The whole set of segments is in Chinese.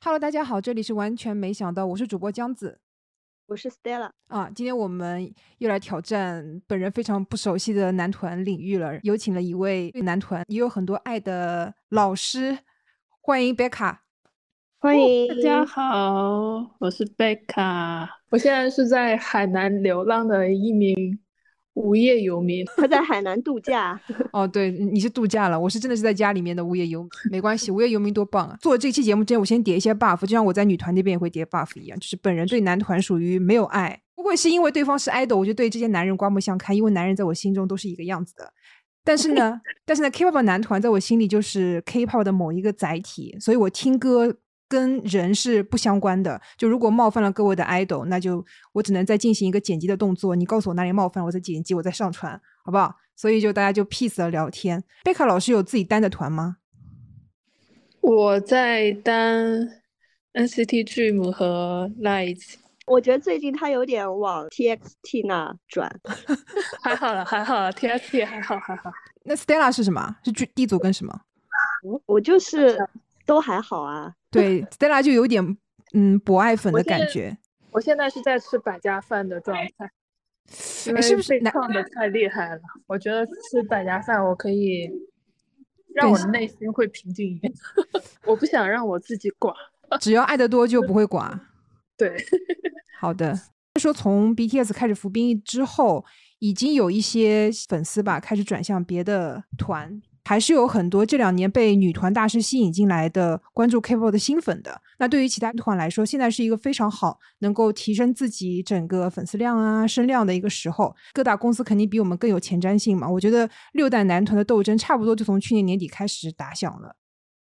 Hello，大家好，这里是完全没想到，我是主播江子我是 Stella，啊。今天我们又来挑战本人非常不熟悉的男团领域了，有请了一位对男团也有很多爱的老师，欢迎贝卡。欢迎哦大家好，我是贝卡，我现在是在海南流浪的一名无业游民。他在海南度假， 哦，对，你是度假了，我是真的是在家里面的无业游民，没关系，无业游民多棒啊！做这期节目之前，我先叠一些 buff，就像我在女团那边也会叠 buff 一样，就是本人对男团属于没有爱，不会是因为对方是 idol，我就对这些男人刮目相看，因为男人在我心中都是一个样子的。但是呢，但是呢，K-pop 男团在我心里就是 K-pop 的某一个载体，所以我听歌跟人是不相关的。就如果冒犯了各位的 idol，那就我只能再进行一个剪辑的动作，你告诉我哪里冒犯了，我再剪辑，我再上传。好不好？所以就大家就 peace 的聊天。贝卡老师有自己单的团吗？ 我在当 NCT Dream 和 Light，我觉得最近他有点往 TXT 那转，还好了，还好了，TST 还好，还好。那 Stella 是什么？是 G D 组跟什么？我就是都还好啊。 对，Stella 就有点嗯博爱粉我的感是觉。我现在是在吃百家饭的状态，因哎，是为不是被男烫的太厉害了。我觉得吃百家饭，我可以让我的内心会平静一点， 我不想让我自己寡。只要爱得多就不会寡？对。好的。说从 BTS 开始服兵役之后，已经有一些粉丝吧开始转向别的团，还是有很多这两年被女团大师吸引进来的关注 K-pop 的新粉的。那对于其他团来说，现在是一个非常好能够提升自己整个粉丝量啊、声量的一个时候。各大公司肯定比我们更有前瞻性嘛。我觉得六代男团的斗争差不多就从去年年底开始打响了。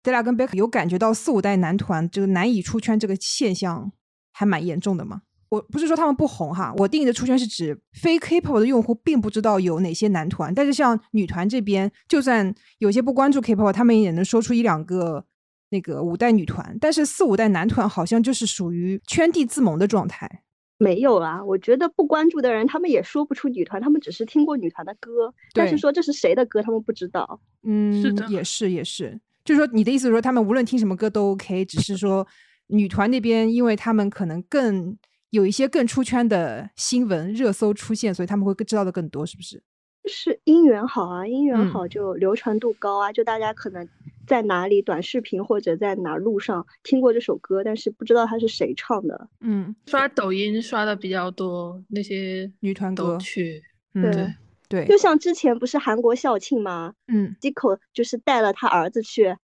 d e l a 跟 Beck 有感觉到四五代男团这个难以出圈这个现象还蛮严重的吗？我不是说他们不红哈，我定义的出圈是指非 K-pop 的用户并不知道有哪些男团，但是像女团这边，就算有些不关注 K-pop，他们也能说出一两个那个五代女团，但是四五代男团好像就是属于圈地自萌的状态。没有啊，我觉得不关注的人，他们也说不出女团，他们只是听过女团的歌，但是对说这是谁的歌，他们不知道。嗯，的也是也是，就是说你的意思是说他们无论听什么歌都 OK，只是说女团那边，因为他们可能更有一些更出圈的新闻热搜出现，所以他们会更知道的更多，是不是？就是姻缘好啊，姻缘嗯好就流传度高啊，就大家可能在哪里短视频或者在哪路上听过这首歌，但是不知道它是谁唱的。嗯，刷抖音刷的比较多，那些女团都歌去，嗯对对就，像之前不是韩国校庆吗？嗯。 Zico 就是带了他儿子去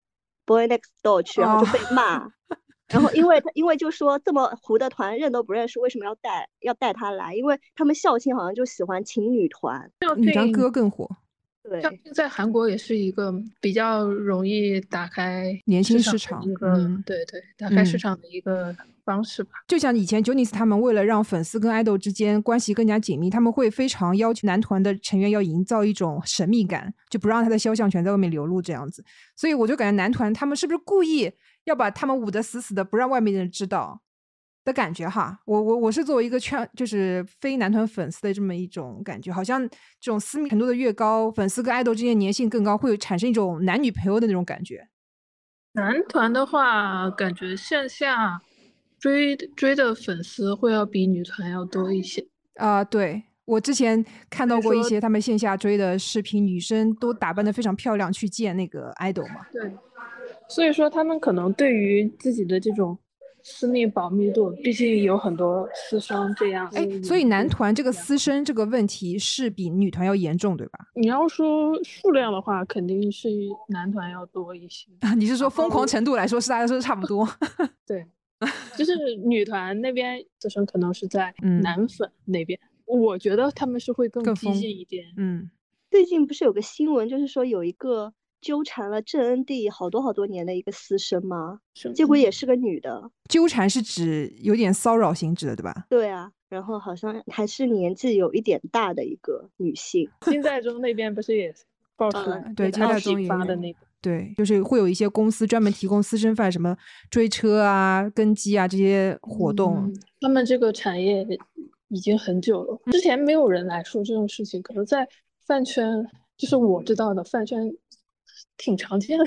Boy Next Door 去，然后就被骂。然后因为他因为就说这么糊的团认都不认识，为什么要带要带他来？因为他们校庆好像就喜欢请女团，女团歌更火，对，像在韩国也是一个比较容易打开年轻市市场场的一个，嗯对对，打开市嗯场的一个方式吧。就像以前 j o n i c e 他们为了让粉丝跟爱豆之间关系更加紧密，他们会非常要求男团的成员要营造一种神秘感，就不让他的肖像权在外面流露这样子。所以我就感觉男团他们是不是故意要把他们捂得死死的，不让外面的人知道的感觉哈？我我我是作为一个圈就是非男团粉丝的这么一种感觉，好像这种私密程度的越高，粉丝跟爱豆之间的粘性更高，会有产生一种男女朋友的那种感觉。男团的话，感觉线下追追的粉丝会要比女团要多一些。啊、对我之前看到以过一说些他们线下追的视频，女生都打扮的非常漂亮去见那个 idol 嘛。对，所以说他们可能对于自己的这种私密保密度，毕竟有很多私生这样。哎，所以男团这个私私。生这个问题是比女团要严重，对吧？ 你要说数量的话，肯定是男团要多一些。你是说疯狂后程度来说，是大家说差不多？ 对，就是女团那边自身可能是在嗯男粉那边，我觉得他们是会更更激疯进一点。嗯，最近不是有个新闻，就是说有一个纠缠了郑恩地好多好多年的一个私生吗？是结果嗯也是个女的，纠缠是指有点骚扰性质的，对吧？对啊，然后好像还是年纪有一点大的一个女性，金在中那边不 是也爆出呃来对那个金在奥喜中也发的有那个，对，就是会有一些公司专门提供私生饭，什么追车啊、跟机啊这些活动。嗯他们这个产业已经很久了，之前没有人来说这种事情，可能在饭圈，就是我知道的饭圈挺常见的。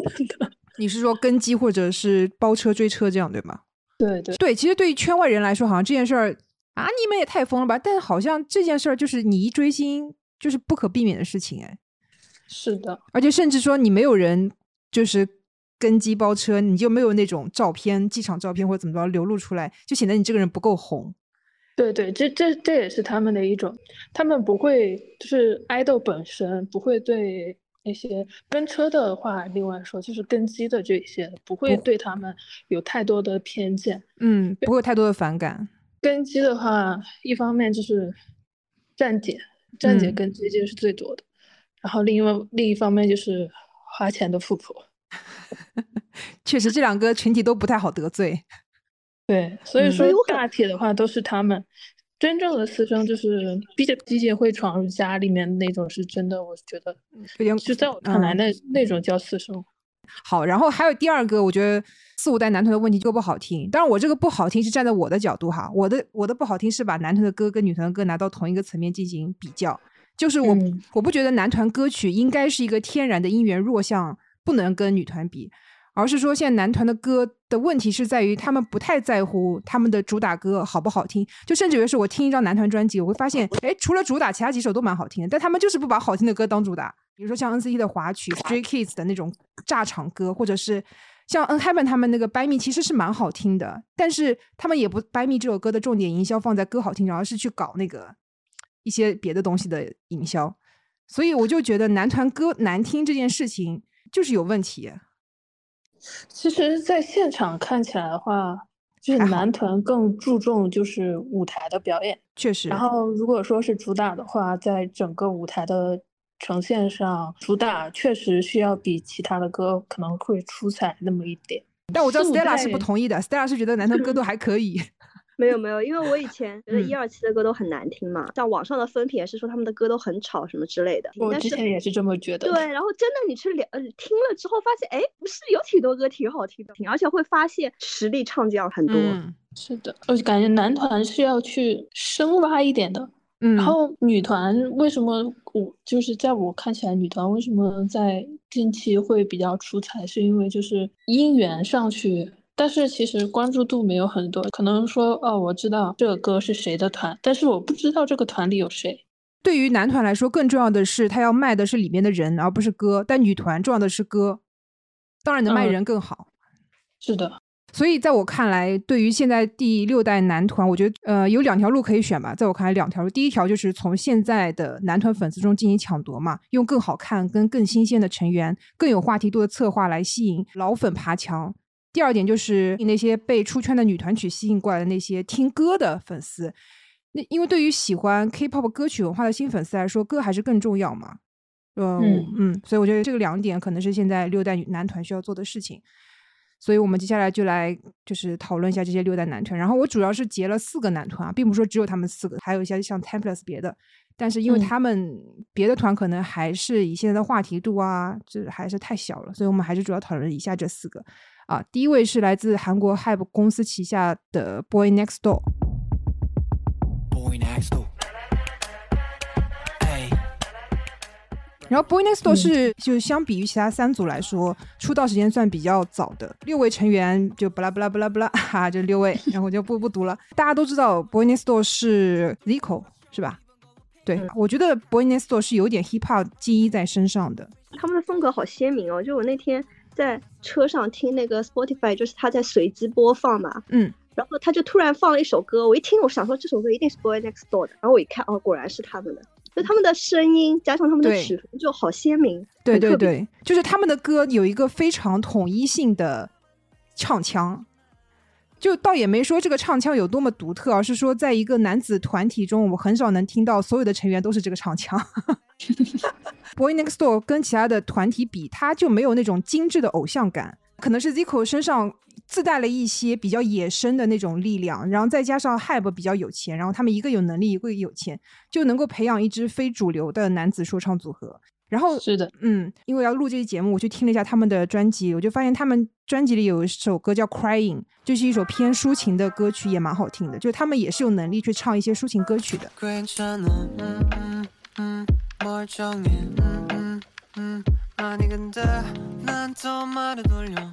你是说跟机或者是包车追车这样，对吗？ 对对对，其实对于圈外人来说，好像这件事儿啊，你们也太疯了吧！但好像这件事儿就是你一追星就是不可避免的事情，哎，是的，而且甚至说你没有人就是跟机包车，你就没有那种照片、机场照片或者怎么着流露出来，就显得你这个人不够红。对对，这这这也是他们的一种，他们不会就是爱豆本身不会对那些跟车的话，另外说就是跟机的这些不会不对他们有太多的偏见。嗯，不会有太多的反感。跟机的话，一方面就是站姐，站姐嗯跟机这是最多的，然后另外另一方面就是花钱的富婆。确实，这两个群体都不太好得罪。对，所以嗯说所以我很大体的话都是他们。真正的私生就是毕竟毕竟会闯入家里面那种，是真的，我觉得有点就在我看来嗯那，那种叫私生。好，然后还有第二个，我觉得四五代男团的问题就不好听。当然，我这个不好听是站在我的角度哈，我的我的不好听是把男团的歌跟女团的歌拿到同一个层面进行比较，就是我、嗯我不觉得男团歌曲应该是一个天然的音源弱项，不能跟女团比，而是说现在男团的歌的问题是在于他们不太在乎他们的主打歌好不好听，就甚至于是我听一张男团专辑，我会发现，哎，除了主打，其他几首都蛮好听的，但他们就是不把好听的歌当主打，比如说像 NCT 的华曲、Stray Kids 的那种炸场歌，或者是像 N.Heaven 他们那个《By Me》其实是蛮好听的，但是他们也不《By Me》这首歌的重点营销放在歌好听上，而是去搞那个一些别的东西的营销，所以我就觉得男团歌难听这件事情就是有问题。其实，在现场看起来的话，就是还好男团更注重就是舞台的表演，确实，然后如果说是主打的话，在整个舞台的呈现上，主打确实需要比其他的歌可能会出彩那么一点。但我知道四五 Stella 是不代同意的，Stella 是觉得男团歌都还可以。没有没有，因为我以前觉得一嗯二期的歌都很难听嘛，像网上的风评也是说他们的歌都很吵什么之类的。我但之是前也是这么觉得对，的。然后真的你去了呃听了之后，发现哎，不是有挺多歌挺好听的，而且会发现实力唱将很多。嗯是的，我就感觉男团是要去深挖一点的。嗯，然后女团为什么我就是在我看起来，女团为什么在近期会比较出彩，是因为就是音源上去，但是其实关注度没有很多，可能说哦，我知道这个歌是谁的团，但是我不知道这个团里有谁。对于男团来说，更重要的是他要卖的是里面的人，而不是歌。但女团重要的是歌，当然能卖嗯人更好。是的，所以在我看来，对于现在第六代男团，我觉得呃有两条路可以选吧。在我看来，两条路，第一条就是从现在的男团粉丝中进行抢夺嘛，用更好看、跟更新鲜的成员、更有话题度的策划来吸引老粉爬墙。第二点就是那些被出圈的女团曲吸引过来的那些听歌的粉丝，那因为对于喜欢 K-pop 歌曲文化的新粉丝来说，歌还是更重要嘛。呃嗯嗯，所以我觉得这个两点可能是现在六代女男团需要做的事情。所以我们接下来就来就是讨论一下这些六代男团。然后我主要是截了四个男团啊，并不是说只有他们四个，还有一些像 Templars 别的。但是因为嗯他们别的团可能还是以现在的话题度啊，这还是太小了，所以我们还是主要讨论以下这四个啊。第一位是来自韩国 HYBE 公司旗下的 Boy Next Door， Boy next door. Hey, 然后 Boy Next Door 嗯是就是相比于其他三组来说，出道时间算比较早的。六位成员就巴拉巴拉巴拉 巴拉，哈、这六位，然后我就不不读了。大家都知道 Boy Next Door 是 Zico 是吧？对，我觉得 Boy Next Door 是有点 hip hop 基因在身上的。他们的风格好鲜明哦！就我那天在车上听那个 Spotify，就是他在随机播放嘛，嗯，然后他就突然放了一首歌，我一听我想说这首歌一定是 Boy Next Door 的，然后我一看哦，果然是他们的，就他们的声音加上他们的对曲风就好鲜明，对很对特别，对，就是他们的歌有一个非常统一性的唱腔，就倒也没说这个唱腔有多么独特，而啊是说在一个男子团体中，我很少能听到所有的成员都是这个唱腔。Boy Next Door 跟其他的团体比，他就没有那种精致的偶像感，可能是 Zico 身上自带了一些比较野生的那种力量，然后再加上 Hype 比较有钱，然后他们一个有能力，一个有钱，就能够培养一支非主流的男子说唱组合。然后是的，嗯，因为要录这期节目，我去听了一下他们的专辑，我就发现他们专辑里有一首歌叫《Crying》，就是一首偏抒情的歌曲，也蛮好听的。就他们也是有能力去唱一些抒情歌曲的。 괜찮아. 음, 음, 음, 멀쩡해. 음, 음, 음. 아니 근데 난 또 말을 돌려.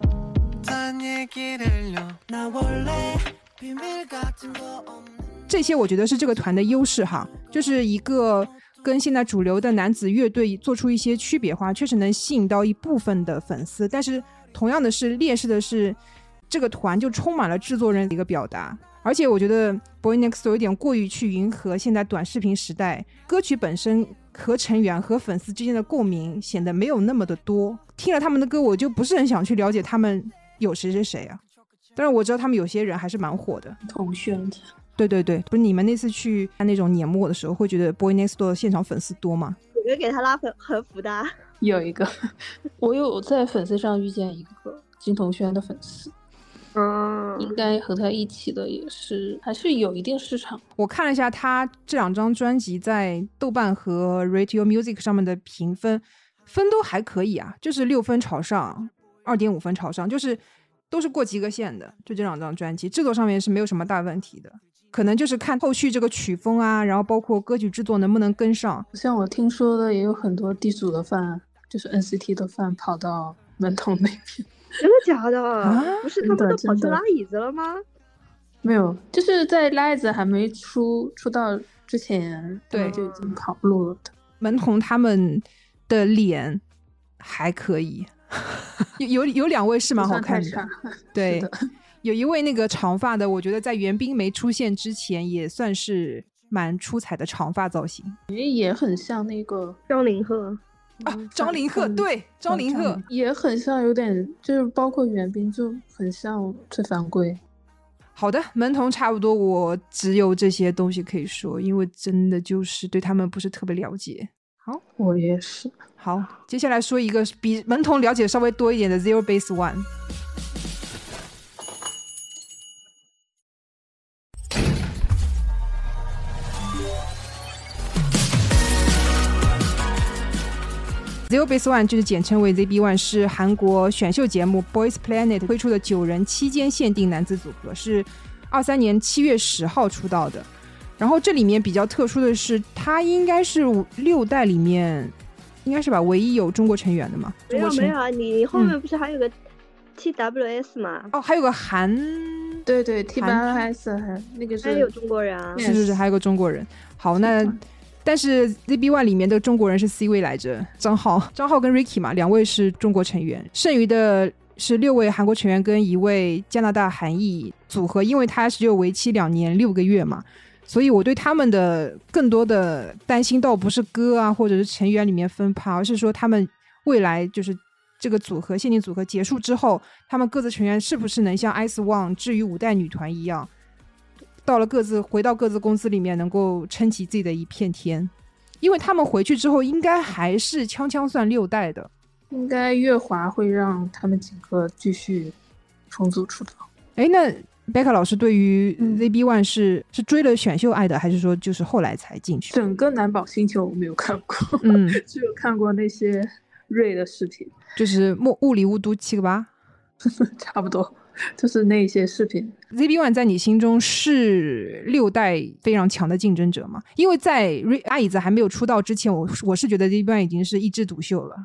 더 못한 얘기를요 나 원래 비밀 같은 거 없는 这些我觉得是这个团的优势哈，就是一个跟现在主流的男子乐队做出一些区别化，确实能吸引到一部分的粉丝。但是同样的是劣势的是，这个团就充满了制作人的一个表达，而且我觉得 Boy Next Door 有点过于去迎合现在短视频时代，歌曲本身和成员和粉丝之间的共鸣显得没有那么的多。听了他们的歌，我就不是很想去了解他们有谁是谁啊。但是我知道他们有些人还是蛮火的。同宣的。对对对，不是你们那次去看那种年末的时候，会觉得 Boy Next Door 的现场粉丝多吗？有人给他拉横横幅的 啊， 有一个，我有在粉丝上遇见一个金童轩的粉丝，嗯应该和他一起的也是还是有一定市场。我看了一下他这两张专辑在豆瓣和 Radio Music 上面的评分，分都还可以啊，就是六分朝上，二点五分朝上，就是都是过及格线的。就这两张专辑制作上面是没有什么大问题的，可能就是看后续这个曲风啊，然后包括歌曲制作能不能跟上。像我听说的，也有很多地主的饭，就是 NCT 的饭跑到门头那边。 真的假的？不是他啊真的们都跑真去的拉椅子了吗？没有，就是在赖子还没出出道之前，他对们就已经跑路了的。门童他们的脸还可以，有有有两位是蛮好看不算的太，差对的， 有一位那个长发的，我觉得在袁冰没出现之前也算是蛮出彩的长发造型也很像那个张凌赫，啊，张凌赫，嗯对，张凌赫，也很像，有点就是包括袁冰就很像崔凡贵。好的，门童差不多，我只有这些东西可以说，因为真的就是对他们不是特别了解。我也是，好，接下来说一个比门童了解稍微多一点的 Zero Base One。Zero Base One 就是简称为 ZB One，是韩国选秀节目 Boys Planet 推出的九人期间限定男子组合，是二三年七月十号出道的。然后这里面比较特殊的是，他应该是五六代里面，应该是吧，唯一有中国成员的嘛？没中国有成没有啊，你你后嗯面不是还有个 TWS 吗？哦，还有个韩，对对，T 八韩 S 还那个还是有中国人啊，是是是， Yes 还有个中国人。好，那但是 ZB One 里面的中国人是 C 位来着，张浩、张浩跟 Ricky 嘛，两位是中国成员，剩余的是六位韩国成员跟一位加拿大韩裔组合，因为他只有为期两年六个月嘛。所以我对他们的更多的担心倒不是歌啊，或者是成员里面分派，而是说他们未来就是这个组合限定组合结束之后，他们各自成员是不是能像 Ice One 至于五代女团一样，到了各自回到各自公司里面能够撑起自己的一片天。因为他们回去之后，应该还是锵锵算六代的。应该月华会让他们几个继续重组出道。哎，那贝卡老师对于嗯 ZB One 是、是追了选秀爱的，还是说就是后来才进去？整个南宝星球我没有看过， 嗯， 只有看过那些瑞的视频，就是莫雾里雾都七个八。差不多就是那些视频。 ZB One 在你心中是六代非常强的竞争者吗？因为在 Re- 阿椅子还没有出道之前，我我是觉得 ZB One 已经是一枝独秀了。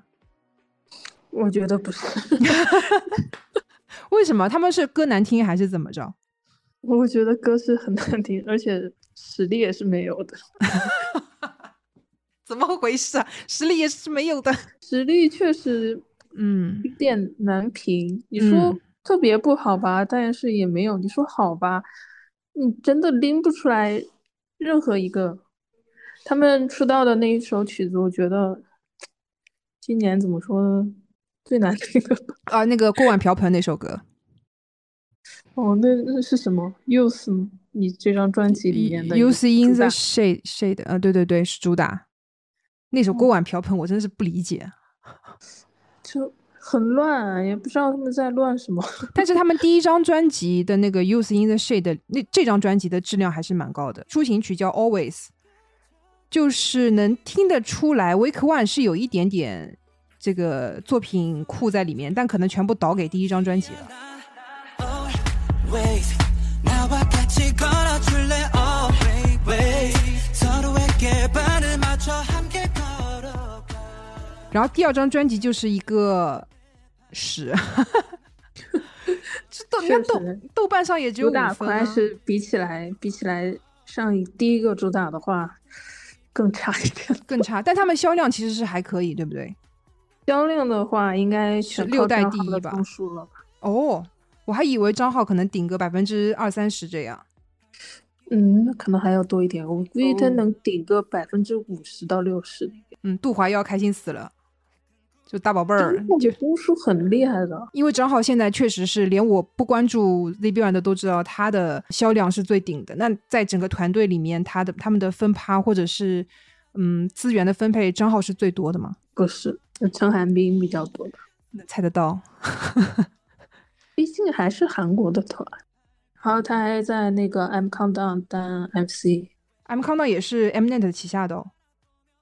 我觉得不是， 为什么？他们是歌难听还是怎么着？我觉得歌是很难听，而且实力也是没有的。怎么回事啊？实力也是没有的。实力确实嗯，有点难评。你说嗯特别不好吧，但是也没有；你说好吧，你真的拎不出来任何一个。他们出道的那一首曲子，我觉得今年怎么说呢，最难听的吧。啊，那个锅碗瓢盆那首歌，哦，那那是什么？Use 吗？你 这张专辑里面的一 U 个 C in 主 the 打 Shade Shade，呃，对对对，是主打。那哦首锅碗瓢盆我真是不理解，啊就很乱啊，也不知道他们在乱什么。但是他们第一张专辑的那个 Use in the Shade 那这张专辑的质量还是蛮高的，抒情曲叫 Always，就是能听得出来 Week One 是有一点点这个作品库在里面，但可能全部倒给第一张专辑了。 Always 나와 같이 걸어줄래 Always 서로에게 발을 맞춰 함께 걸어가 然后第二张专辑就是一个屎，豆你看豆确实豆瓣上也只有主五分、打啊，快是比起来比起来上一第一个主打的话更差一点。 更差，但他们销量其实是还可以，对不对？销量的话，应该是全六靠代张第浩的一吧种树了吧？哦，我还以为张浩可能顶个百分之二三十这样。嗯，那可能还要多一点，我估计他哦能顶个百分之五十到六十。嗯，杜华又要开心死了，就大宝贝儿，就中枢很厉害的，因为张浩现在确实是连我不关注 ZB One 的都知道他的销量是最顶的。那在整个团队里面，他的他们的分趴或者是嗯资源的分配，张浩是最多的嘛？不是陈寒冰比较多吧？那猜得到？毕竟还是韩国的团。然后他还在那个 M Countdown 当 MC。 M Countdown 也是 Mnet 旗下的、哦，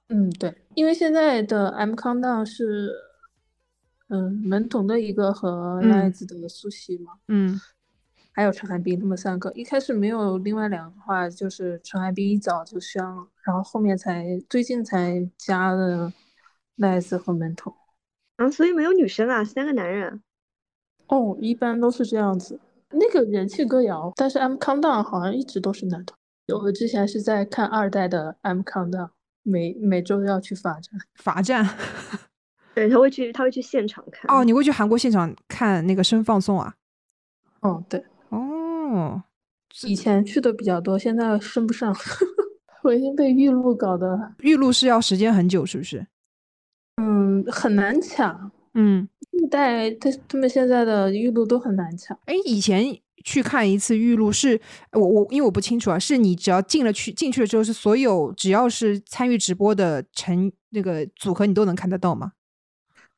嗯，对，因为现在的 M Countdown 是，嗯，门童的一个和嗯赖子的苏西嘛，嗯还有陈寒冰他们三个。一开始没有另外两个的话，就是陈寒冰一早就宣了，然后后面才最近才加了赖子和门童。啊，所以没有女生啊，三个男人。哦，一般都是这样子。那个人气歌谣，但是 M Countdown 好像一直都是男团。我之前是在看二代的 M Countdown，每每周要去罚站。罚 站对，他会去，他会去现场看。哦，，你会去韩国现场看那个声放送啊？哦，对，哦，以前去的比较多，现在升不上。 我已经被预录搞得，预录是要时间很久，是不是？嗯，很难抢。嗯，一代他他们现在的预录都很难抢。哎，以前去看一次预录是，呃我我因为我不清楚啊，是你只要进了去进去了之后，是所有只要是参与直播的成那个组合，你都能看得到吗？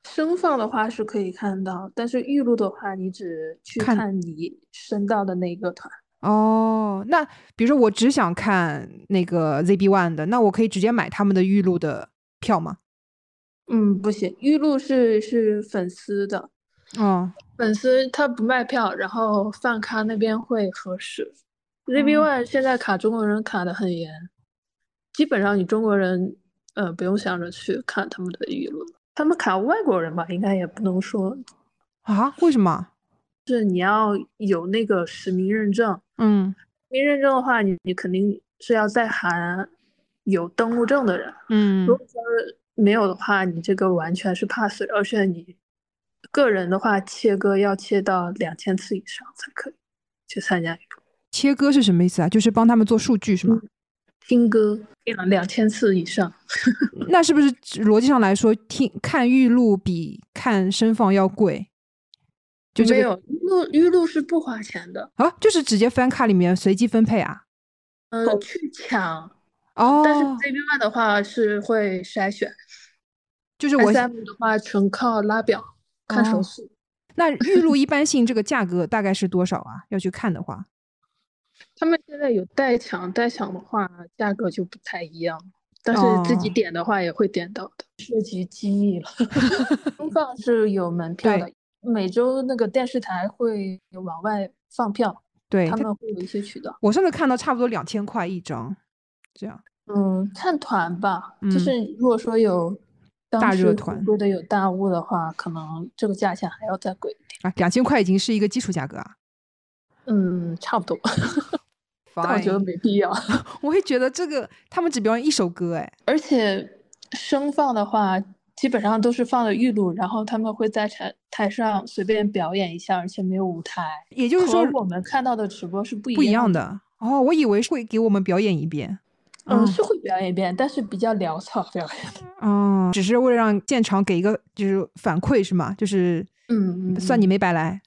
声放的话是可以看到，但是预录的话，你只去看看你升到的那个团。哦，那比如说我只想看那个 ZB One 的，那我可以直接买他们的预录的票吗？嗯，不行，预录是是粉丝的，哦，粉丝他不卖票，然后饭咖那边会核实。ZB 哦 One 现在卡中国人卡的很严，基本上你中国人呃不用想着去看他们的预录，他们卡外国人吧，应该也不能说，啊，为什么？是你要有那个实名认证，嗯实名认证的话，你你肯定是要在韩有登录证的人。嗯如果说没有的话，你这个完全是 pass，而且你个人的话切割要切到两千次以上才可以去参加一个切割是什么意思啊？就是帮他们做数据是吗？听歌，两两千次以上。嗯那是不是只逻辑上来说，听看预录比看声放要贵？就这没个有预录，预录是不花钱的，啊，就是直接翻卡里面随机分配啊。呃，去抢。哦，但是 ZB One 的话是会筛选就是我，SM 的话纯靠拉表看哦手速。那预录一般性这个价格大概是多少啊？要去看的话，他们现在有代抢，代抢的话价格就不太一样，但是自己哦点的话也会点到的。涉及机密 了，公放是有门票的，每周那个电视台会往外放票，对，他它们会有一些渠道。我上次看到差不多两千块一张，这样。嗯，看团吧，嗯就是如果说有当大时热回团归的有大雾的话，可能这个价钱还要再贵一点。啊，两千块已经是一个基础价格啊。嗯，差不多， 但我觉得 Fine 没必要。我会觉得这个他们只表演一首歌，哎，而且声放的话，基本上都是放的预录，然后他们会在台台上随便表演一下，而且没有舞台，也就是说和我们看到的直播是不不一样样。的。哦，我以为会给我们表演一遍。嗯，嗯是会表演一遍，但是比较潦草表演。哦，只是为了让现场给一个就是反馈是吗？就是嗯嗯算你没白来。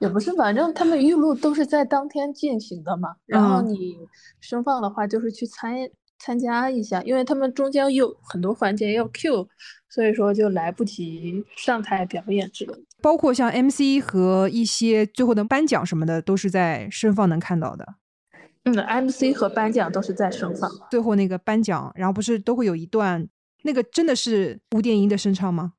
也不是，反正他们预录都是在当天进行的嘛。然后嗯你声放的话，就是去参参加一下，因为他们中间有很多环节要 Q，所以说就来不及上台表演之类的。包括像 MC 和一些最后的颁奖什么的，都是在声放能看到的。嗯，MC 和颁奖都是在声放。最后那个颁奖，然后不是都会有一段，那个真的是吴电音的声唱吗？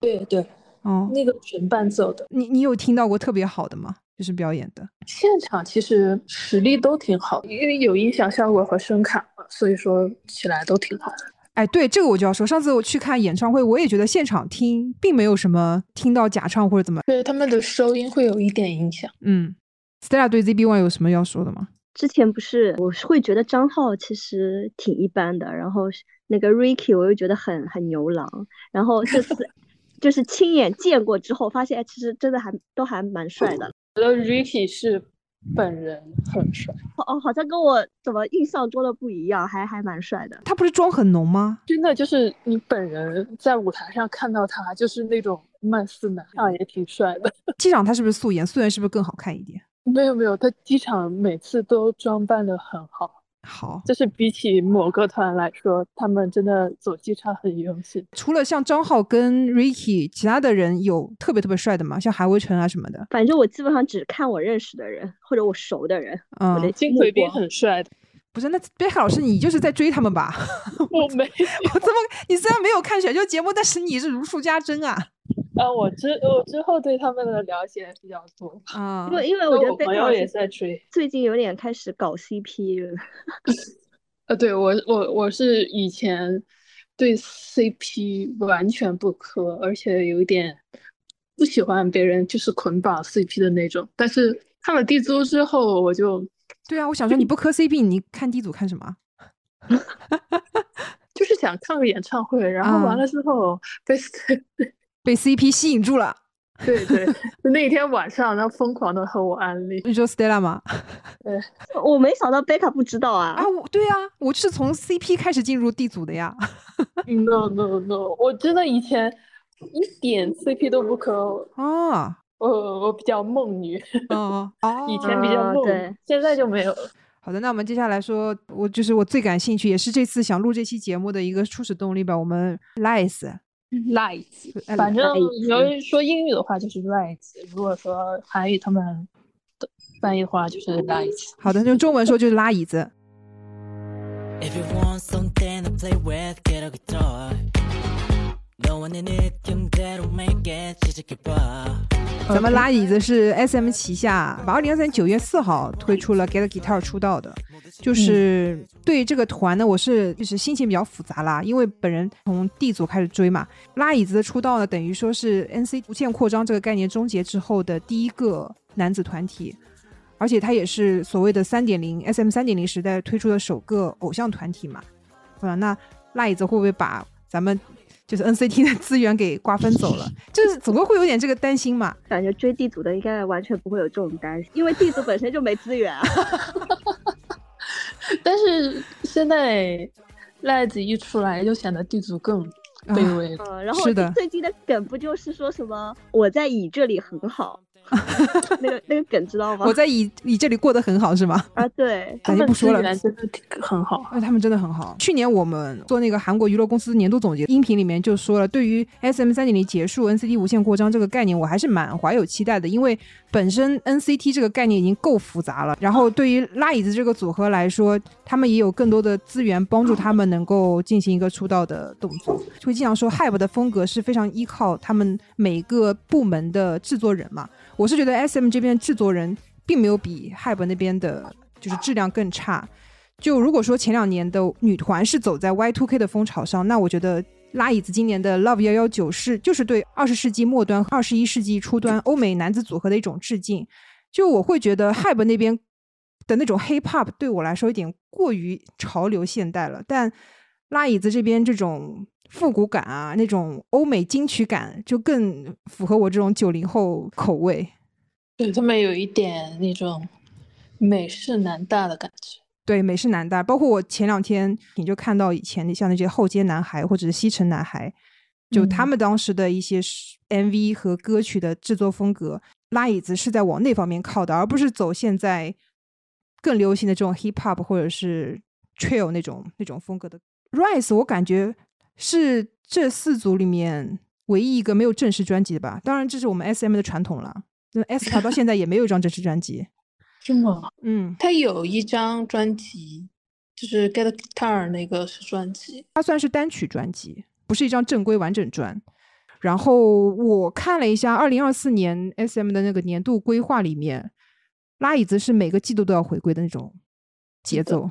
对对，哦，那个全伴奏的，你你有听到过特别好的吗？就是表演的现场其实实力都挺好，因为有音响效果和声卡嘛，所以说起来都挺好的。哎，对这个我就要说，上次我去看演唱会，我也觉得现场听并没有什么听到假唱或者怎么。对他们的收音会有一点影响。嗯，Stella 对 ZB One 有什么要说的吗？之前不是，我是会觉得张浩其实挺一般的，然后是那个 Ricky 我又觉得很很牛郎，然后这次 就是亲眼见过之后，发现哎其实真的还都还蛮帅的。觉得 Ricky 是本人很帅，哦，好像跟我怎么印象中的不一样，还还蛮帅的。他不是妆很浓吗？真的就是你本人在舞台上看到他，就是那种曼斯男啊，也挺帅的。 机长他是不是素颜？素颜是不是更好看一点？没有没有，他机场每次都装扮的很好，好，就是比起某个团来说，他们真的走机场很用心。除了像张浩跟 Ricky，其他的人有特别特别帅的吗？像韩维辰啊什么的。反正我基本上只看我认识的人或者我熟的人。嗯，的金目奎彬光很帅 的，不是，那贝卡老师，你就是在追他们吧？ 我没我怎么？你虽然没有看选秀节目，但是你是如数家珍啊！啊，我之我之后对他们的了解比较多，啊因为因为我觉得我贝朋克友老也师在追。最近有点开始搞 CP 了。呃，对我我我是以前对 CP 完全不磕，而且有一点不喜欢别人就是捆绑 CP 的那种。但是看了《地租》之后，我就对啊，我想说你不磕 CP，你看 D 组看什么？就是想看个演唱会，然后完啊了之后被 被 CP 吸引住了。对对那一天晚上，然后疯狂的和我安利。你说 Stella 吗？我没想到贝卡不知道啊啊，，我对啊，我就是从 CP 开始进入 D 组的呀。 No no no，我真的以前一点 CP 都不磕，啊，我我比较梦女，哦哦，以前比较啊梦对女，现在就没有了。好的，那我们接下来说，我就是我最感兴趣，也是这次想录这期节目的一个初始动力吧。我们 Lies，嗯 Lights，哎反正，lights 你要说英语的话就是 Lights，如果说韩语他们的翻译的话就是 Lights。好的，用中文说就是拉椅 子。 If you want something to play with, get a guitar. 너만의 느낌대로 make it 지지해봐.咱们拉椅子是 S.M 旗下把二零二三九月四号推出了 Get Guitar 出道的，就是对于这个团呢，我是就是心情比较复杂啦，因为本人从 D 组开始追嘛，拉椅子的出道呢，等于说是 N.C 无限扩张这个概念终结之后的第一个男子团体，而且它也是所谓的三点零 S.M 三点零时代推出的首个偶像团体嘛。我想那拉椅子会不会把咱们就是 NCT 的资源给瓜分走了？就是总归会有点这个担心嘛。感觉追地组的应该完全不会有这种担心，因为地组本身就没资源 啊。但是现在 Lights 一出来，就显得地主更啊卑微。嗯，然后是的最近的梗不就是说什么我在乙这里很 好，那个那个梗知道吗我？在以以这里过得很好是吗？啊，对，他咱就们不说资了源真的挺很好，因为他们真的很好。去年我们做那个韩国娱乐公司年度总结音频里面就说了，对于 S M 三点零结束 N C T 无限扩张这个概念，我还是蛮怀有期待的，因为本身 N C T 这个概念已经够复杂了，然后对于拉椅子这个组合来说，他们也有更多的资源帮助他们能够进行一个出道的动作。就会经常说 Hype 的风格是非常依靠他们每个部门的制作人嘛，我是觉得 S M 这边制作人并没有比 Hype 那边的就是质量更差。就如果说前两年的女团是走在 Y2K 的风潮上，那我觉得拉椅子今年的 Love 幺幺九是就是对二十世纪末端、二十一世纪初端欧美男子组合的一种致敬。就我会觉得 Hype 那边的那种 Hip Hop 对我来说有点过于潮流现代了，但拉椅子这边这种复古感啊，那种欧美金曲感就更符合我这种九零后口味。对他们有一点那种美式南大的感觉。对美式男大，包括我前两天你就看到以前的像那些后街男孩或者是西城男孩，就他嗯们当时的一些是 MV 和歌曲的制作风格，拉椅子是在往那方面靠的，而不是走现在更流行的这种 hip hop 或者是 trail 那种那种风格的。Rise 我感觉是这四组里面唯一一个没有正式专辑的吧，当然这是我们 SM 的传统了。那 S 卡到现在也没有一张正式专辑，是吗？嗯，他有一张专辑，就是 Get Guitar 那个是专辑。它算是单曲专辑，不是一张正规完整专。然后我看了一下二零二四年 S M 的那个年度规划里面，拉椅子是每个季度都要回归的那种节的奏，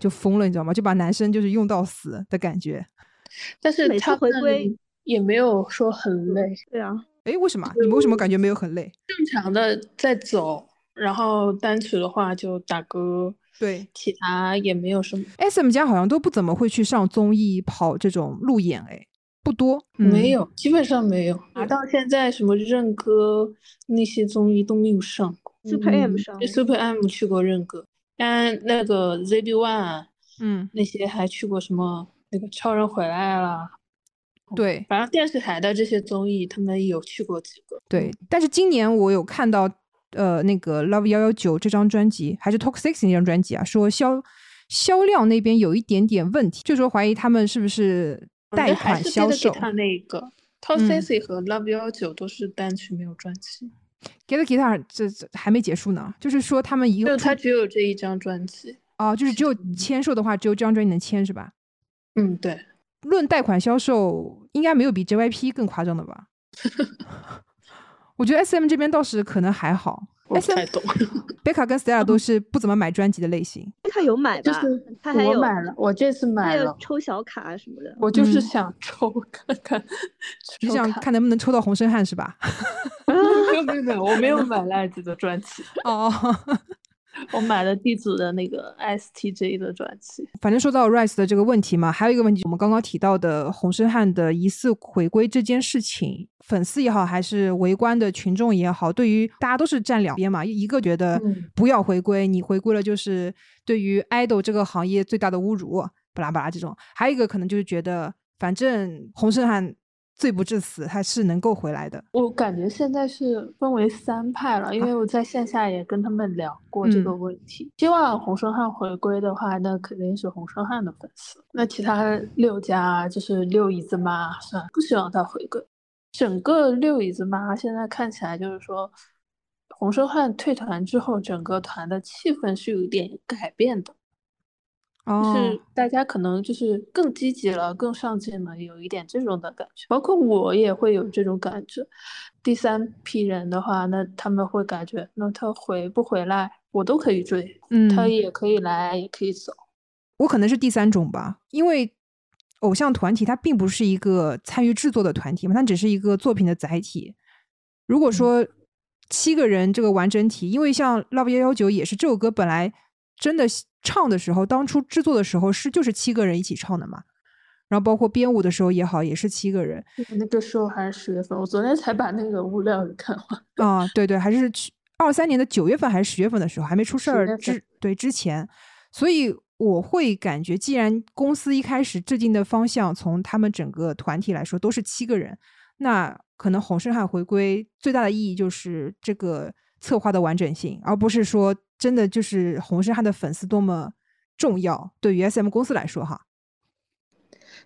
就疯了，你知道吗？就把男生就是用到死的感觉。但是每次他回们归也没有说很累，对啊，哎，为什么？你们为什么感觉没有很累？正常的在走，然后单曲的话就打歌，对其他也没有什么， ，S M 家好像都不怎么会去上综艺跑这种路演，哎，不多，嗯没。有，基本上没有。拿对到现在什么认歌那些综艺都没有上过 Super M 嗯上对，Super M 去过认歌，但那个 ZB One 啊嗯，那些还去过什么那个超人回来啦，对反正电视台的这些综艺他们有去过几个。对。但是今年我有看到，呃，那个 Love 幺幺九这张专辑，还是 Toxic 那张专辑啊，说销销量那边有一点点问题，就说怀疑他们是不是我觉贷得还款是销 Get 售。 Guitar 那一个 Top 嗯 Sexy 和 Love 幺九都是单曲没有专辑， Get Guitar 这这还没结束呢，就是说他们一就个他只有这一张专辑。啊，就是只有签售的话，只有这张专辑能签是吧？嗯，对，论贷款销售，应该没有比 JYP 更夸张的吧？ 我觉得 SM 这边倒是可能还好。我不 SM 太懂。贝卡跟 Stella 都是不怎么买专辑的类型。他有买就吧？是他还我有买了，我这次他买有了，抽小卡什么的。我就是嗯想抽看看，你抽想看？看能不能抽到洪胜汉是 吧？没有没有没有，我没有买赖子的专辑，哦， 我买了地主的那个 STJ 的专辑。 反正说到 Rise 的这个问题嘛，还有一个问题，我们刚刚提到的洪胜汉的疑似回归这件事情，粉丝也好，还是围观的群众也好，对于大家都是站两边嘛，一个觉得嗯不要回归，你回归了就是对于 idol 这个行业最大的侮辱，巴拉巴拉这种；还有一个可能就是觉得，反正洪胜汉罪不至死，他是能够回来的。我感觉现在是分为三派了，因为我在线下也跟他们聊过这个嗯问题。希望洪胜汉回归的话，那肯定是洪胜汉的粉丝。那其他六家啊就是六姨子妈，算了，不希望他回归。整个六姨子妈现在看起来就是说，洪胜汉退团之后，整个团的气氛是有点改变的。就哦，是大家可能就是更积极了，更上进了，有一点这种的感觉。包括我也会有这种感觉。第三批人的话，那他们会感觉，那他回不回来，我都可以追，嗯，他也可以来，也可以走。我可能是第三种吧，因为偶像团体它并不是一个参与制作的团体嘛，它只是一个作品的载体。如果说七个人这个完整体，因为像《Love 幺幺九》也是这首歌本来真的唱的时候，当初制作的时候是就是七个人一起唱的嘛，然后包括编舞的时候也好，也是七个人那个时候还是十月份，我昨天才把那个物料给看完。啊、对对，还是去二三年的九月份还是十月份的时候，还没出事10儿月份之对之前，所以我会感觉，既然公司一开始制定的方向，从他们整个团体来说都是七个人，那可能洪胜汉回归最大的意义就是这个策划的完整性，而不是说真的就是洪胜汉的粉丝多么重要，对于 SM 公司来说哈，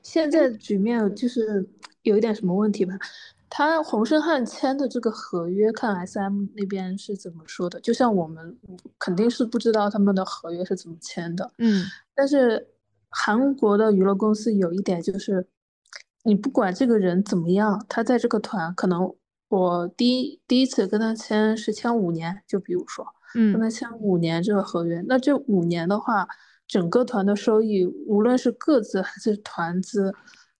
现在局面就是有一点什么问题吧？他洪胜汉签的这个合约，看 S M 那边是怎么说的？就像我们肯定是不知道他们的合约是怎么签的，嗯但是韩国的娱乐公司有一点就是，你不管这个人怎么样，他在这个团可能我第一第一次跟他签是签五年，就比如说跟嗯他签五年这个合约，那这五年的话，整个团的收益，无论是个资还是团资，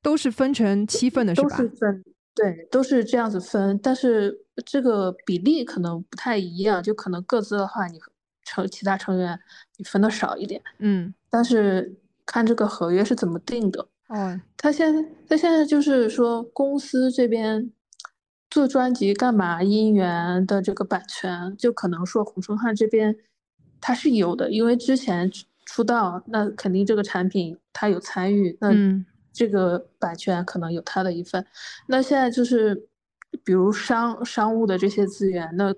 都是分成七份的是都吧是？分，对，都是这样子分，但是这个比例可能不太一样，就可能各自的话，你成其他成员你分的少一点，嗯但是看这个合约是怎么定的。哦他现在他现在就是说公司这边做专辑干嘛音源的这个版权，就可能说洪承翰这边他是有的，因为之前出出道，那肯定这个产品他有参与，那嗯这个版权可能有他的一份。那现在就是比如商商务的这些资源，那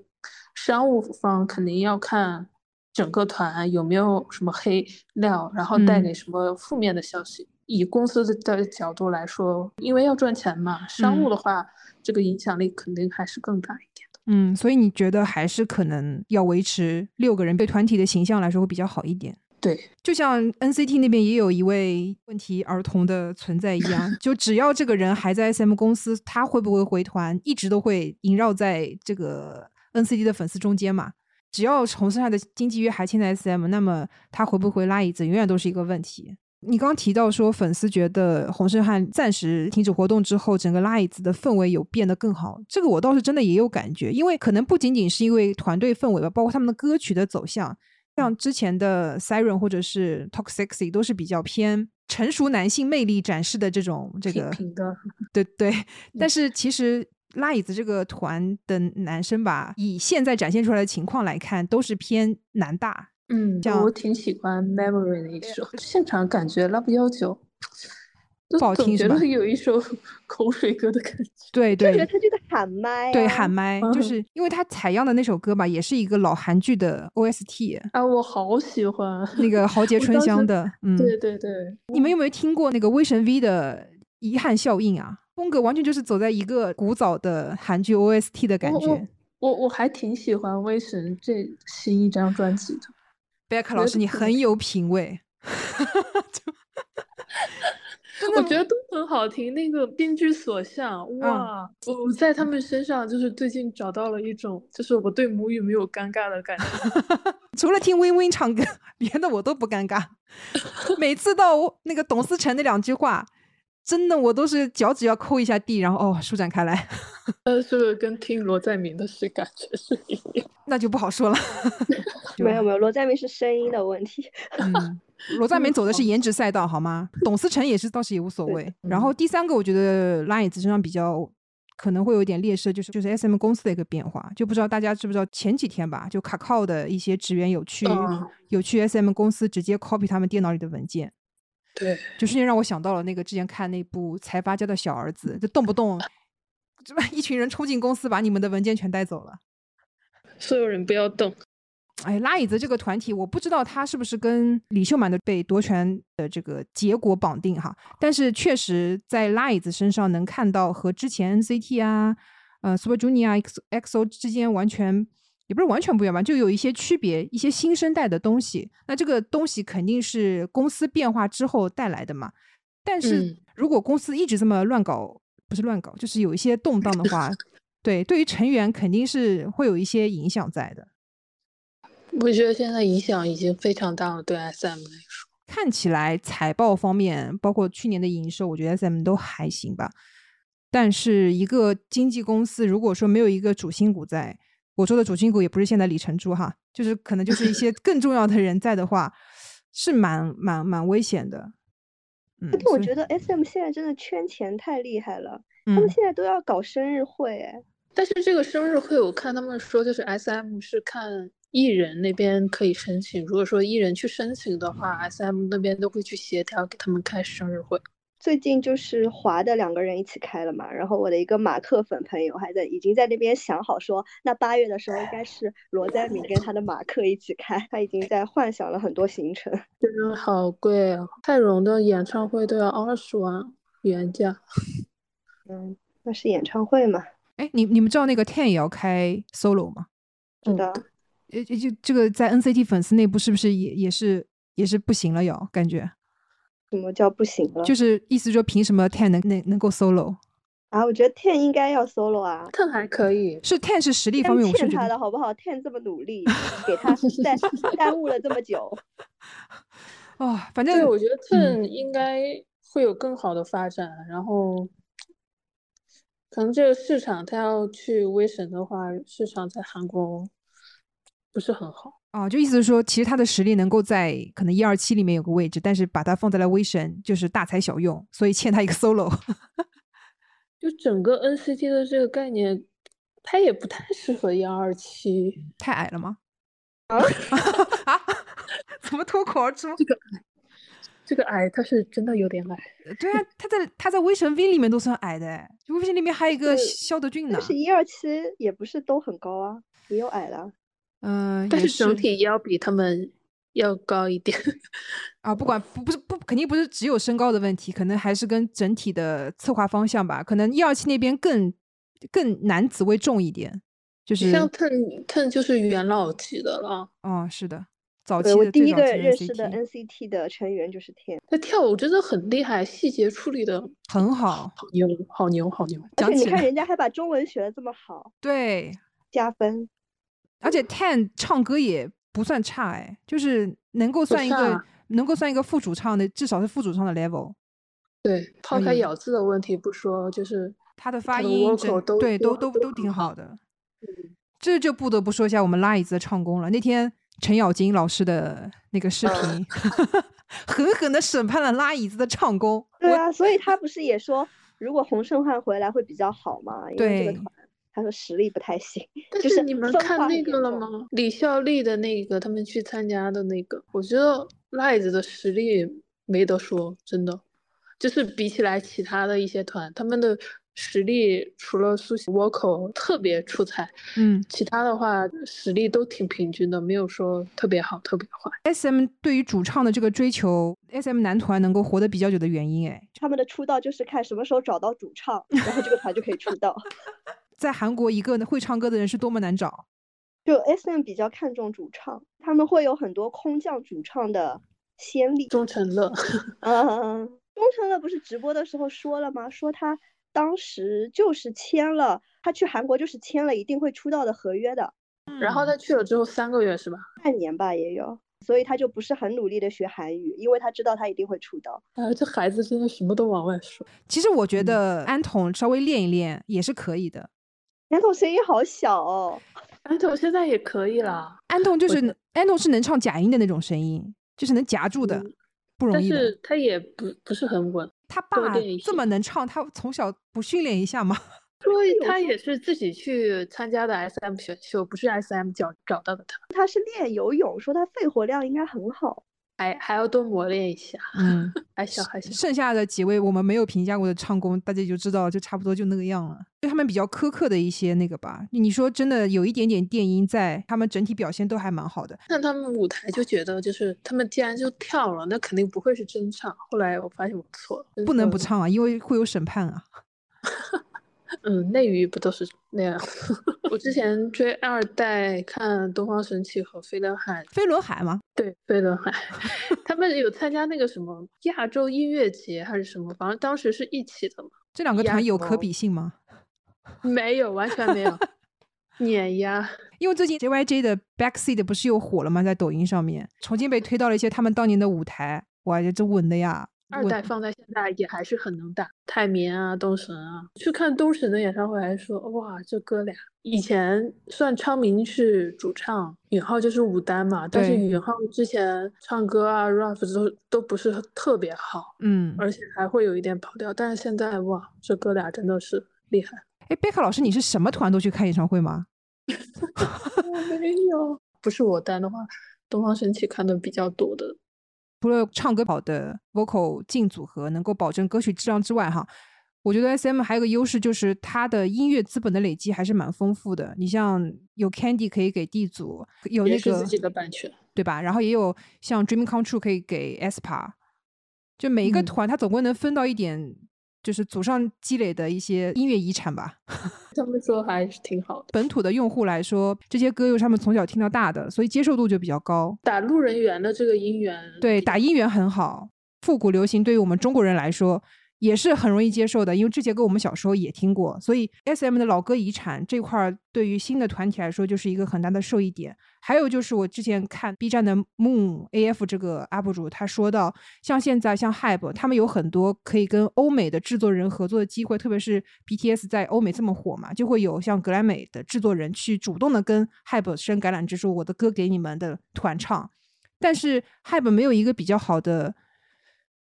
商务方肯定要看。整个团有没有什么黑料，然后带嗯给什么负面的消息？以公司的的角度来说，因为要赚钱嘛，商务嗯的话，这个影响力肯定还是更大一点的。嗯，所以你觉得还是可能要维持六个人对团体的形象来说会比较好一点。对，就像 NCT 那边也有一位问题儿童的存在一样，就只要这个人还在 SM 公司，他会不会回团，一直都会萦绕在这个 NCT 的粉丝中间嘛。只要红丝带的经纪约还签在 SM，那么他回不回拉椅子永远都是一个问题。你刚提到说，粉丝觉得洪胜汉暂时停止活动之后，整个拉椅子的氛围有变得更好，这个我倒是真的也有感觉，因为可能不仅仅是因为团队氛围吧，包括他们的歌曲的走向，像之前的 Siren 或者是 Talk Sexy 都是比较偏成熟男性魅力展示的这种这个，平的，对对，嗯但是其实。拉椅子这个团的男生吧，以现在展现出来的情况来看，都是偏男大，嗯这样嗯我挺喜欢 Memory 的一首，现场感觉 Love 幺九，就不好总听是觉吧得有一首 口水歌的感觉。对就觉得对他这个喊麦、啊，对，喊麦，就嗯是因为他采样的那首歌吧，也是一个老韩剧的 OST，啊，我好喜欢那个豪杰 我春当时香的，嗯，对对对，你们有没有听过那个威神 V 的《遗憾效应》啊？风格完全就是走在一个古早的韩剧 OST 的感我觉。我我还挺喜欢威神这新一张专辑的。贝克老师，你很有品味，我觉得都很好听，那个编剧所向，哇！嗯我我在他们身上就是最近找到了一种，就是我对母语没有尴尬的 感觉。除了听 Win Win 唱歌，别的我都不尴尬。每次到我那个董思成那两句话，真的我都是脚趾要抠一下地，然后哦舒展开来，呃，是不是跟听罗在明的是感觉是一样？ 那就不好说了。 没有没有，罗在明是声音的问题。嗯，罗赞明走的是颜值赛道，好吗？董思成也是，倒是也无所谓。然后第三个，我觉得拉椅子身上比较可能会有一点劣势，就是就是 S M 公司的一个变化，就不知道大家知不知道前几天吧，就卡靠的一些职员有去、嗯有去 S M 公司直接 copy 他们电脑里的文件，对，就瞬间让我想到了那个之前看那部《财阀家的小儿子》，就动不动。 这么一群人冲进公司，把你们的文件全带走了。所有人不要动。哎，拉椅子这个团体，我不知道他是不是跟李秀满的被夺权的这个结果绑定哈，但是确实在拉椅子身上能看到和之前 NCT 啊、呃 Super Junior、X XO 之间完全也不是完全不一样吧，就有一些区别，一些新生代的东西。那这个东西肯定是公司变化之后带来的嘛。但是嗯如果公司一直这么乱搞，不是乱搞，就是有一些动荡的话，对，对于成员肯定是会有一些影响在的。我觉得现在影响已经非常大了，对 SM 来说。看起来财报方面，包括去年的营收，我觉得 SM 都还行吧。但是一个经纪公司如果说没有一个主心骨在，我说的主心骨也不是现在李成珠哈，就是可能就是一些更重要的人在的话，是蛮蛮蛮危险的。嗯，但我所以觉得 S M 现在真的圈钱太厉害了，嗯他们现在都要搞生日会，哎，但是这个生日会，我看他们说就是 SM 是看艺人那边可以申请，如果说艺人去申请的话，SM 那边都会去协调给他们开生日会。最近就是华的两个人一起开了嘛，然后我的一个马克粉朋友还在已经在那边想好说，那八月的时候应该是罗在明跟他的马克一起开，他已经在幻想了很多行程。真的好贵啊！泰容的演唱会都要二十万原价，嗯，那是演唱会嘛，哎，你你们知道那个 Ten 也要开 solo 吗？知嗯道？呃，就就这个在 NCT 粉丝内部是不是也也是也是不行了要？感觉什么叫不行了？就是意思说凭什么 Ten 能能能够 solo？啊，我觉得 Ten 应该要 solo 啊，但还可以。是 Ten 是实力但方面，我是欠觉他得了好不好？Ten 这么努 力，给他耽耽误了这么久，哦，反正对，我觉得 Ten 应该会有更好的发展，然后可能这个市场他要去威神的话，市场在韩国不是很好。哦，就意思是说，其实他的实力能够在可能一二七里面有个位置，但是把他放在了威神，就是大材小用，所以欠他一个 solo。 就整个 NCT 的这个概念，它也不太适合幺二七。太矮了吗？啊 啊？ 怎么脱口而 出？这个矮，它是真的有点矮。对啊，他在他在威神 V 里面都算矮的哎，就威神里面还有一个对肖德俊呢但。是一二七也不是都很高啊，也有矮的啊。嗯、但也是整体要比他们要高一点。啊，不管不不是不肯定不是只有身高的问题，可能还是跟整体的策划方向吧。可能一二七那边更更男子味重一点，就是像 Ten Ten 就是元老级的了，哦，是的，早期对，我的第最一早个期认识的 NCT NCT 的成员就是 Ten，他跳舞真的很厉害，细节处理的很好，好牛，好牛，好牛。而讲且你起看来人家还把中文学的这么好，对，加分。而且 Ten 唱歌也不算差哎，就是能够算一个啊差能够算一个副主唱的，至少是副主唱的 level。对，抛嗯开咬字的问题不说，就是他的发的音 vocal 整都对都都都都嗯都很挺好好的。嗯这就不得不说一下我们拉椅子的唱功了。那天程咬金老师的那个视嗯频，狠狠的审判了拉椅子的唱功。对我啊，所以他不是也说，如果洪胜汉回来会比较好嘛？因为这个对团，他说实力不太行。 但就是是你们分看化那很个严了重吗？李孝利的那个，他们去参加的那个，我觉得赖子的实力没得说，真的，就是比起来其他的一些团，他们的实力除了苏醒倭寇特别出彩，嗯其他的话实力都挺平均的，没有说特别好，特别坏。 ，S M 对于主唱的这个追求，S M 男团能够活得比较久的原因，哎，他们的出道就是看什么时候找到主唱，然后这个团就可以出道。 在韩国一个会唱歌的人是多么难找。就 S M 比较看重主唱，他们会有很多空降主唱的先例。钟成乐，嗯，钟成乐不是直播的时候说了吗？说他当时就是签了，他去韩国就是签了一定会出道的合约的，然后他去了之后三个月是吧？半年吧也有，所以他就不是很努力的学韩语，因为他知道他一定会出道。嗯哎，这孩子真的什么都往外说。其实我嗯觉得安童稍微练一练也是可以的。男童声音好小哦，安总啊现在也可以啦，安童就我觉是安童是能唱假音的那种声音，就是能夹住的嗯，不容但易的。是他也不不是很稳。他多爸练一这些么能唱，他从小不训练一下 吗？所以有他时候也是自己去参加的 S M 选秀，不是 S M 找找到的他，他是练游泳，说他肺活量应该很好。还还要多磨练一下，嗯，还小还小。剩下的几位我们没有评价过的唱功，大家也就知道，就差不多就那个样了。对他们比较苛刻的一些那个吧，你说真的有一点点电音在，他们整体表现都还蛮好的。看他们舞台就觉得，就是他们既然就跳了，那肯定不会是真唱。后来我发现我错了，真不能不的。唱啊，因为会有审判啊。嗯，内娱不都是那样？ 我之前追二代，看东方神起和飞轮海，飞轮海嘛，对飞轮海， 他们有参加那个什么亚洲音乐节还是什么，反正当时是一起的嘛。这两个压团有轴可比性吗？没有，完全没有碾压。因为最近 JYJ 的 Backseat 不是又火了吗？在抖音上面重新被推到了一些他们当年的舞台，哇，这稳的呀！二稳代放在现在也还是很能打，泰民啊、东神啊，去看东神的演唱会还说哇，这哥俩以前算昌明是主唱，允浩就是舞担嘛，但是对允浩之前唱歌啊、rap 都都不是特别好，嗯，而且还会有一点跑调，但是现在哇，这哥俩真的是厉害。哎，贝克老师，你是什么团都去看演唱会吗？我没有，不是我担的话，东方神起看的比较多的，除了唱歌好的 vocal 进组合能够保证歌曲质量之外，哈，我觉得 S M 还有个优势就是它的音乐资本的累积还是蛮丰富的。你像有 Candy 可以给 D 组，有也那是个自己的版权。对吧？然后也有像 Dream Come True 可以给 aespa，就每一个嗯团它总归能分到一点，就是祖上积累的一些音乐遗产吧。他们说还是挺好的，本土的用户来说，这些歌又是他们从小听到大的，所以接受度就比较高。打路人缘的这个姻缘，对，打音源很好。复古流行对于我们中国人来说也是很容易接受的，因为这些歌我们小时候也听过，所以 S M 的老歌遗产这块儿对于新的团体来说就是一个很大的受益点。还有就是我之前看 B 站的 Moon A F 这个 UP 主，他说到，像现在像 Hype 他们有很多可以跟欧美的制作人合作的机会，特别是 BTS 在欧美这么火嘛，就会有像格莱美的制作人去主动的跟 Hype 伸橄榄枝，说我的歌给你们的团唱。但是 Hype 没有一个比较好的，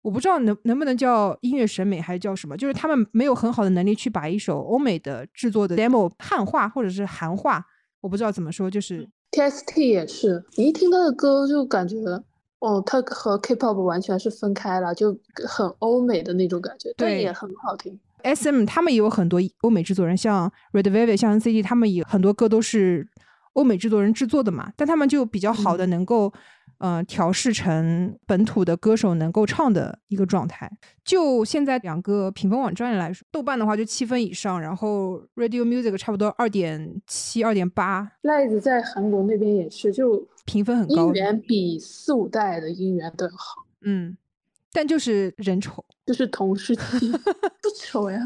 我不知道能能不能叫音乐审美还是叫什么，就是他们没有很好的能力去把一首欧美的制作的 demo 汉化或者是韩化，我不知道怎么说，就是，TST 也是，你一听他的歌就感觉，哦，他和 K-pop 完全是分开了，就很欧美的那种感觉，但对也很好听。 S M 他们也有很多欧美制作人，像 Red Velvet、像 N C D，他们也很多歌都是欧美制作人制作的嘛，但他们就比较好的能够、呃调试成本土的歌手能够唱的一个状态。就现在两个评分网站来说，豆瓣的话就七分以上，然后 Radio Music 差不多二点七、二点八，赖子在韩国那边也是，就评分很高姻。缘比四五代的姻缘都要好，嗯，但就是人丑。就是同时 期不丑呀。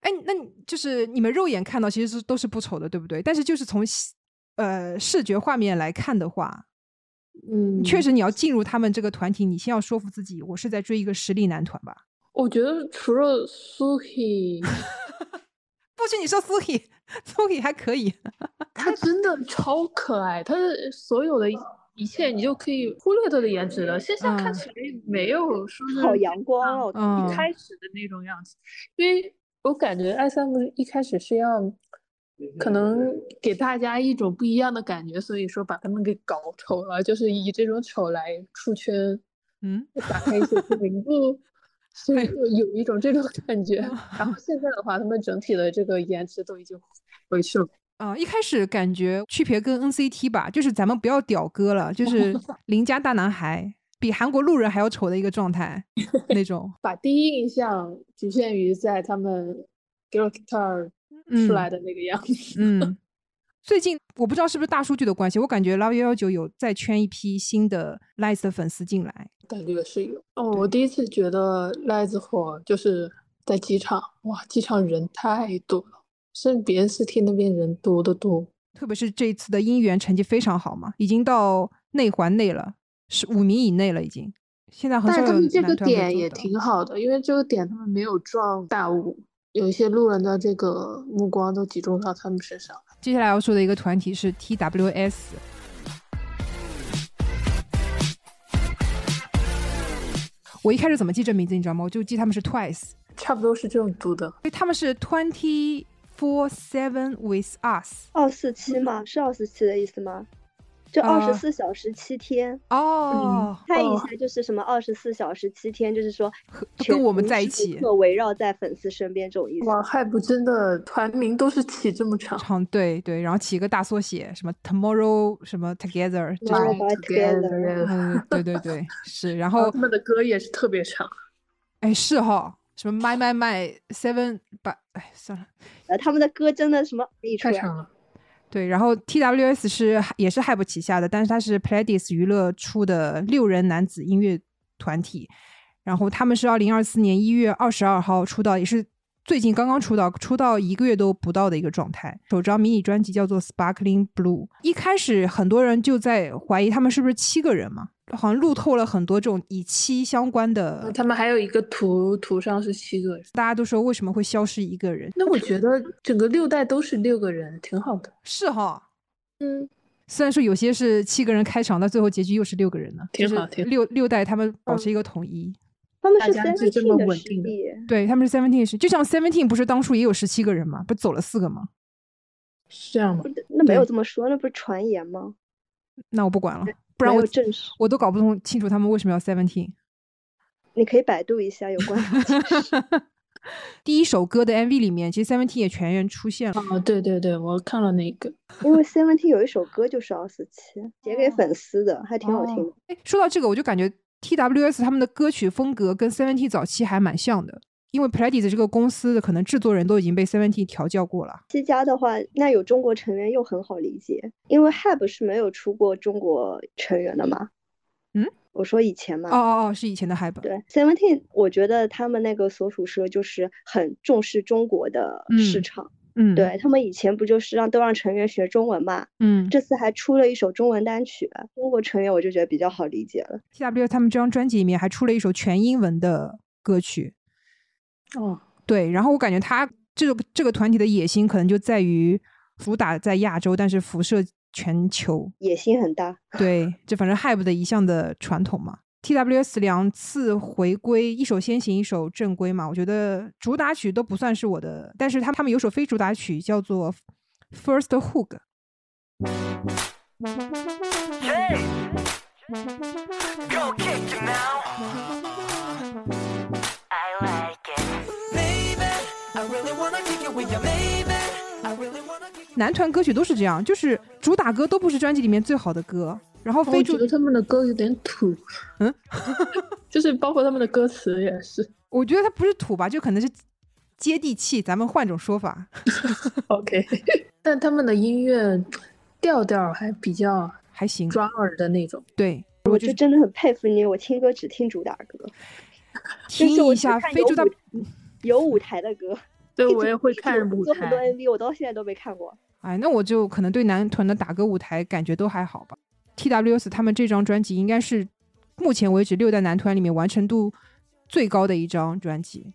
哎，那你就是你们肉眼看到其实是都是不丑的，对不对？但是就是从西呃视觉画面来看的话，嗯，确实你要进入他们这个团体，你先要说服自己，我是在追一个实力男团吧。我觉得除了 Suki，不许你说 Suki，Suki 还可以，她真的超可爱，她的所有的一切你就可以忽略她的颜值了。线下看起来没有说是好阳光哦，嗯一开始的那种样子，因为我感觉艾三不是一开始是要可能给大家一种不一样的感觉，所以说把他们给搞丑了，就是以这种丑来出圈，嗯，打开一些知名度，所哎以说有一种这种感觉。然后现在的话，他们整体的这个颜值都已经回去了。呃，一开始感觉区别跟 NCT 吧，就是咱们不要屌哥了，就是邻家大男孩，比韩国路人还要丑的一个状态那种。把第一印象局限于在他们 girl guitar 嗯出来的那个样子， 嗯，最近我不知道是不是大数据的关系，我感觉 Love 幺幺九有再圈一批新的 Lice 的粉丝进来。感觉是有。哦，我第一次觉得赖子火就是在机场，哇，机场人太多了，甚至比 NCT 那边人多得多。特别是这一次的姻缘成绩非常好嘛，已经到内环内了，是五名以内了，已经。现在很但少是有他们这男个团可以点做也到挺好的，因为这个点他们没有撞大雾，有一些路人的这个目光都集中到他们身上。接下来要说的一个团体是 TWS，我一开始怎么记这名字你知道吗？我就记他们是 Twice，差不多是这种读的，因为他们是 Twenty Four Seven with Us。二四七嘛，是二四七的意思吗？就嗯啊二十四小时七天，哦，看一哦下就是什么二十四小时七天，就是说和都全跟我们无在一时无起刻围绕在粉丝身边这种意思。哇，害不真的团名都是起这 么长。长对对，然后起一个大缩写，什么 Tomorrow 什么 Together 这 Tomorrow 种。 by together 嗯，对对对，是。然然后后他们的歌也是特别长，哎是哈，什么 My My My Seven 把哎算了。呃，他们的歌真的什么一出太来，长了。对，然后 TWS 是也是 Hype 旗下的，但是它是 Pledis 娱乐出的六人男子音乐团体，然后他们是二零二四年一月二十二号出道，也是最近刚刚出道，出道一个月都不到的一个状态。首张迷你专辑叫做《Sparkling Blue》，一开始很多人就在怀疑他们是不是七个人嘛，好像路透了很多这种以七相关的，嗯他们还有一个图，图上是七个人。大家都说为什么会消失一个人？那我觉得整个六代都是六个人，挺好的。是哈，嗯，虽然说有些是七个人开场，但最后结局又是六个人呢，挺就是好挺好六六代他们保嗯持一个统一，他们大是家是这 Seventeen 么的稳师定的弟，对他们是 seventeen 是，就像 seventeen 不是当初也有十七个人嘛，不走了四个嘛，是这样吗不？是那没有对这么说，那不是传言吗？那我不管了，不然没我有 证实，我都搞不通清楚他们为什么要 seventeen。你可以百度一下有关的解释。 第一首歌的 MV 里面，其实 seventeen 也全员出嗯现了，哦，对对对，我看了那个，因为 Seventeen 有一首歌就是二四七，写哦给粉丝的，还挺好听的。哎，说到这个，我就感觉 TWS 他们的歌曲风格跟 Seventeen 早期还蛮像的，因为 Pledis 这个公司的可能制作人都已经被 Seventeen 调教过了。七家的话，那有中国成员又很好理解，因为 HAB 是没有出过中国成员的嘛。嗯，我说以前嘛。哦哦哦，是以前的 Hype。对，Seventeen，我觉得他们那个所属社就是很重视中国的市嗯场。嗯，，对他们以前不就是让都让成员学中文嘛，嗯这次还出了一首中文单曲，中国成员我就觉得比较好理解了。 ，T.W. 他们这张专辑里面还出了一首全英文的歌曲，哦，对，然后我感觉他这个这个团体的野心可能就在于主打在亚洲，但是辐射全球，野心很大， 对，这反正 Hype 的一项的传统嘛。T.W.S 两次回归，一首先行，一首正规嘛。我觉得主打曲都不算是我的，但是他他们有首非主打曲叫做《First Hook》， Hey, go kick it now. I like it. Baby, I really wanna kick it with you, baby. I really wanna kick it. 男团歌曲都是这样，就是主打歌都不是专辑里面最好的歌，然后非哦我主觉得他们的歌有点土，嗯， 就是包括他们的歌词也是。我觉得它不是土吧，就可能是接地气。咱们换种说法， OK，但 他们的音乐调调还比较还行。抓耳的那种。对，我就真的很佩服你，我听歌只听主打歌，就听是我一只下看非有主打舞，有舞台的歌。对，一我直也会一直看舞做很多台， MV，我到现在都没看过。哎，那我就可能对男团的打歌舞台感觉都还好吧。TWS 他们这张专辑应该是目前为止六代男团里面完成度最高的一张专辑，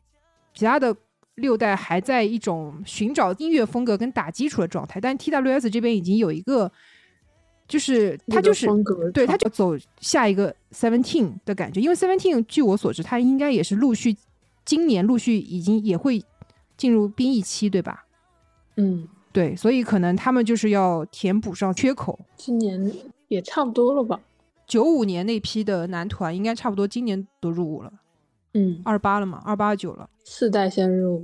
其他的六代还在一种寻找音乐风格跟打基础的状态，但 TWS 这边已经有一个，就是那他个就是风格对，差他不就走下一个 Seventeen 的感觉，因为 Seventeen 据我所知，他应该也是陆续今年陆续已经也会进入兵役期，对吧？嗯，对，所以可能他们就是要填补上缺口。今年也差不多了吧？九五年那批的男团应该差不多今年都入伍了，嗯，二八了嘛，二八九了。四代先入，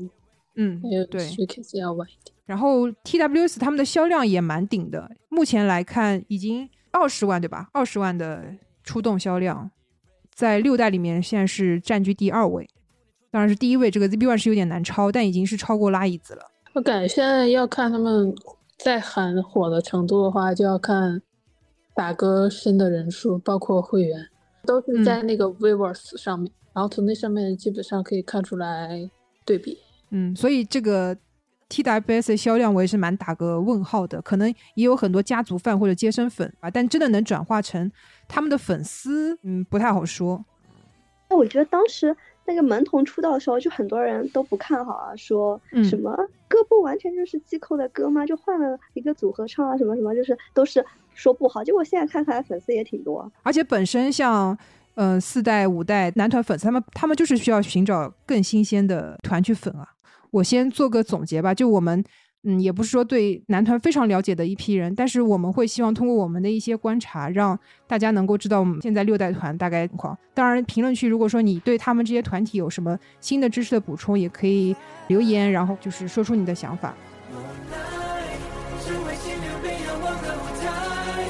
嗯还有，对。 KZ 要晚一点。然后 TWS 他们的销量也蛮顶的，目前来看已经二十万对吧？二十万的出动销量，在六代里面现在是占据第二位，当然是第一位这个 ZB One 是有点难超，但已经是超过拉椅子了。我感觉现在要看他们在韩火的程度的话，就要看打歌生的人数，包括会员，都是在那个 Weverse 上面，然后从那上面基本上可以看出来对比。嗯，所以这个 TWS 的销量我也是蛮打个问号的，可能也有很多家族饭或者接生粉啊，但真的能转化成他们的粉丝，嗯，不太好说。那我觉得当时那个门童出道的时候，就很多人都不看好啊，说嗯什么、歌不完全就是季寇的歌吗？就换了一个组合唱啊，什么什么，就是都是说不好。结果现在看看粉丝也挺多，而且本身像嗯、呃四代、五代男团粉丝，他们他们就是需要寻找更新鲜的团去粉啊。我先做个总结吧，就我们嗯，也不是说对男团非常了解的一批人，但是我们会希望通过我们的一些观察，让大家能够知道我们现在六代团大概情况。当然，评论区如果说你对他们这些团体有什么新的知识的补充，也可以留言，然后就是说出你的想法。无奈，只为心流被仰望的舞台，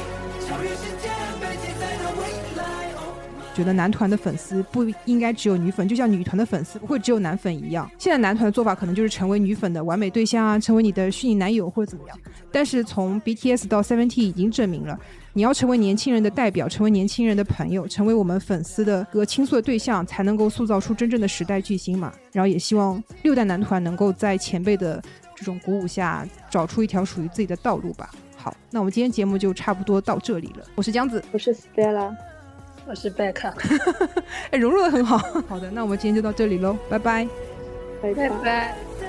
超越时间，被记载的未来。Oh my 觉得男团的粉丝不应该只有女粉，就像女团的粉丝不会只有男粉一样。现在男团的做法可能就是成为女粉的完美对象啊，成为你的虚拟男友或者怎么样。但是从 BTS 到 Seventeen 已经证明了，你要成为年轻人的代表，成为年轻人的朋友，成为我们粉丝的个倾诉的对象，才能够塑造出真正的时代巨星嘛。然后也希望六代男团能够在前辈的这种鼓舞下，找出一条属于自己的道路吧。好，那我们今天节目就差不多到这里了。我是江子，我是 Stella，我是 Becca， 哎，融入的很好。好的，那我们今天就到这里喽，拜拜。拜拜。拜。 god，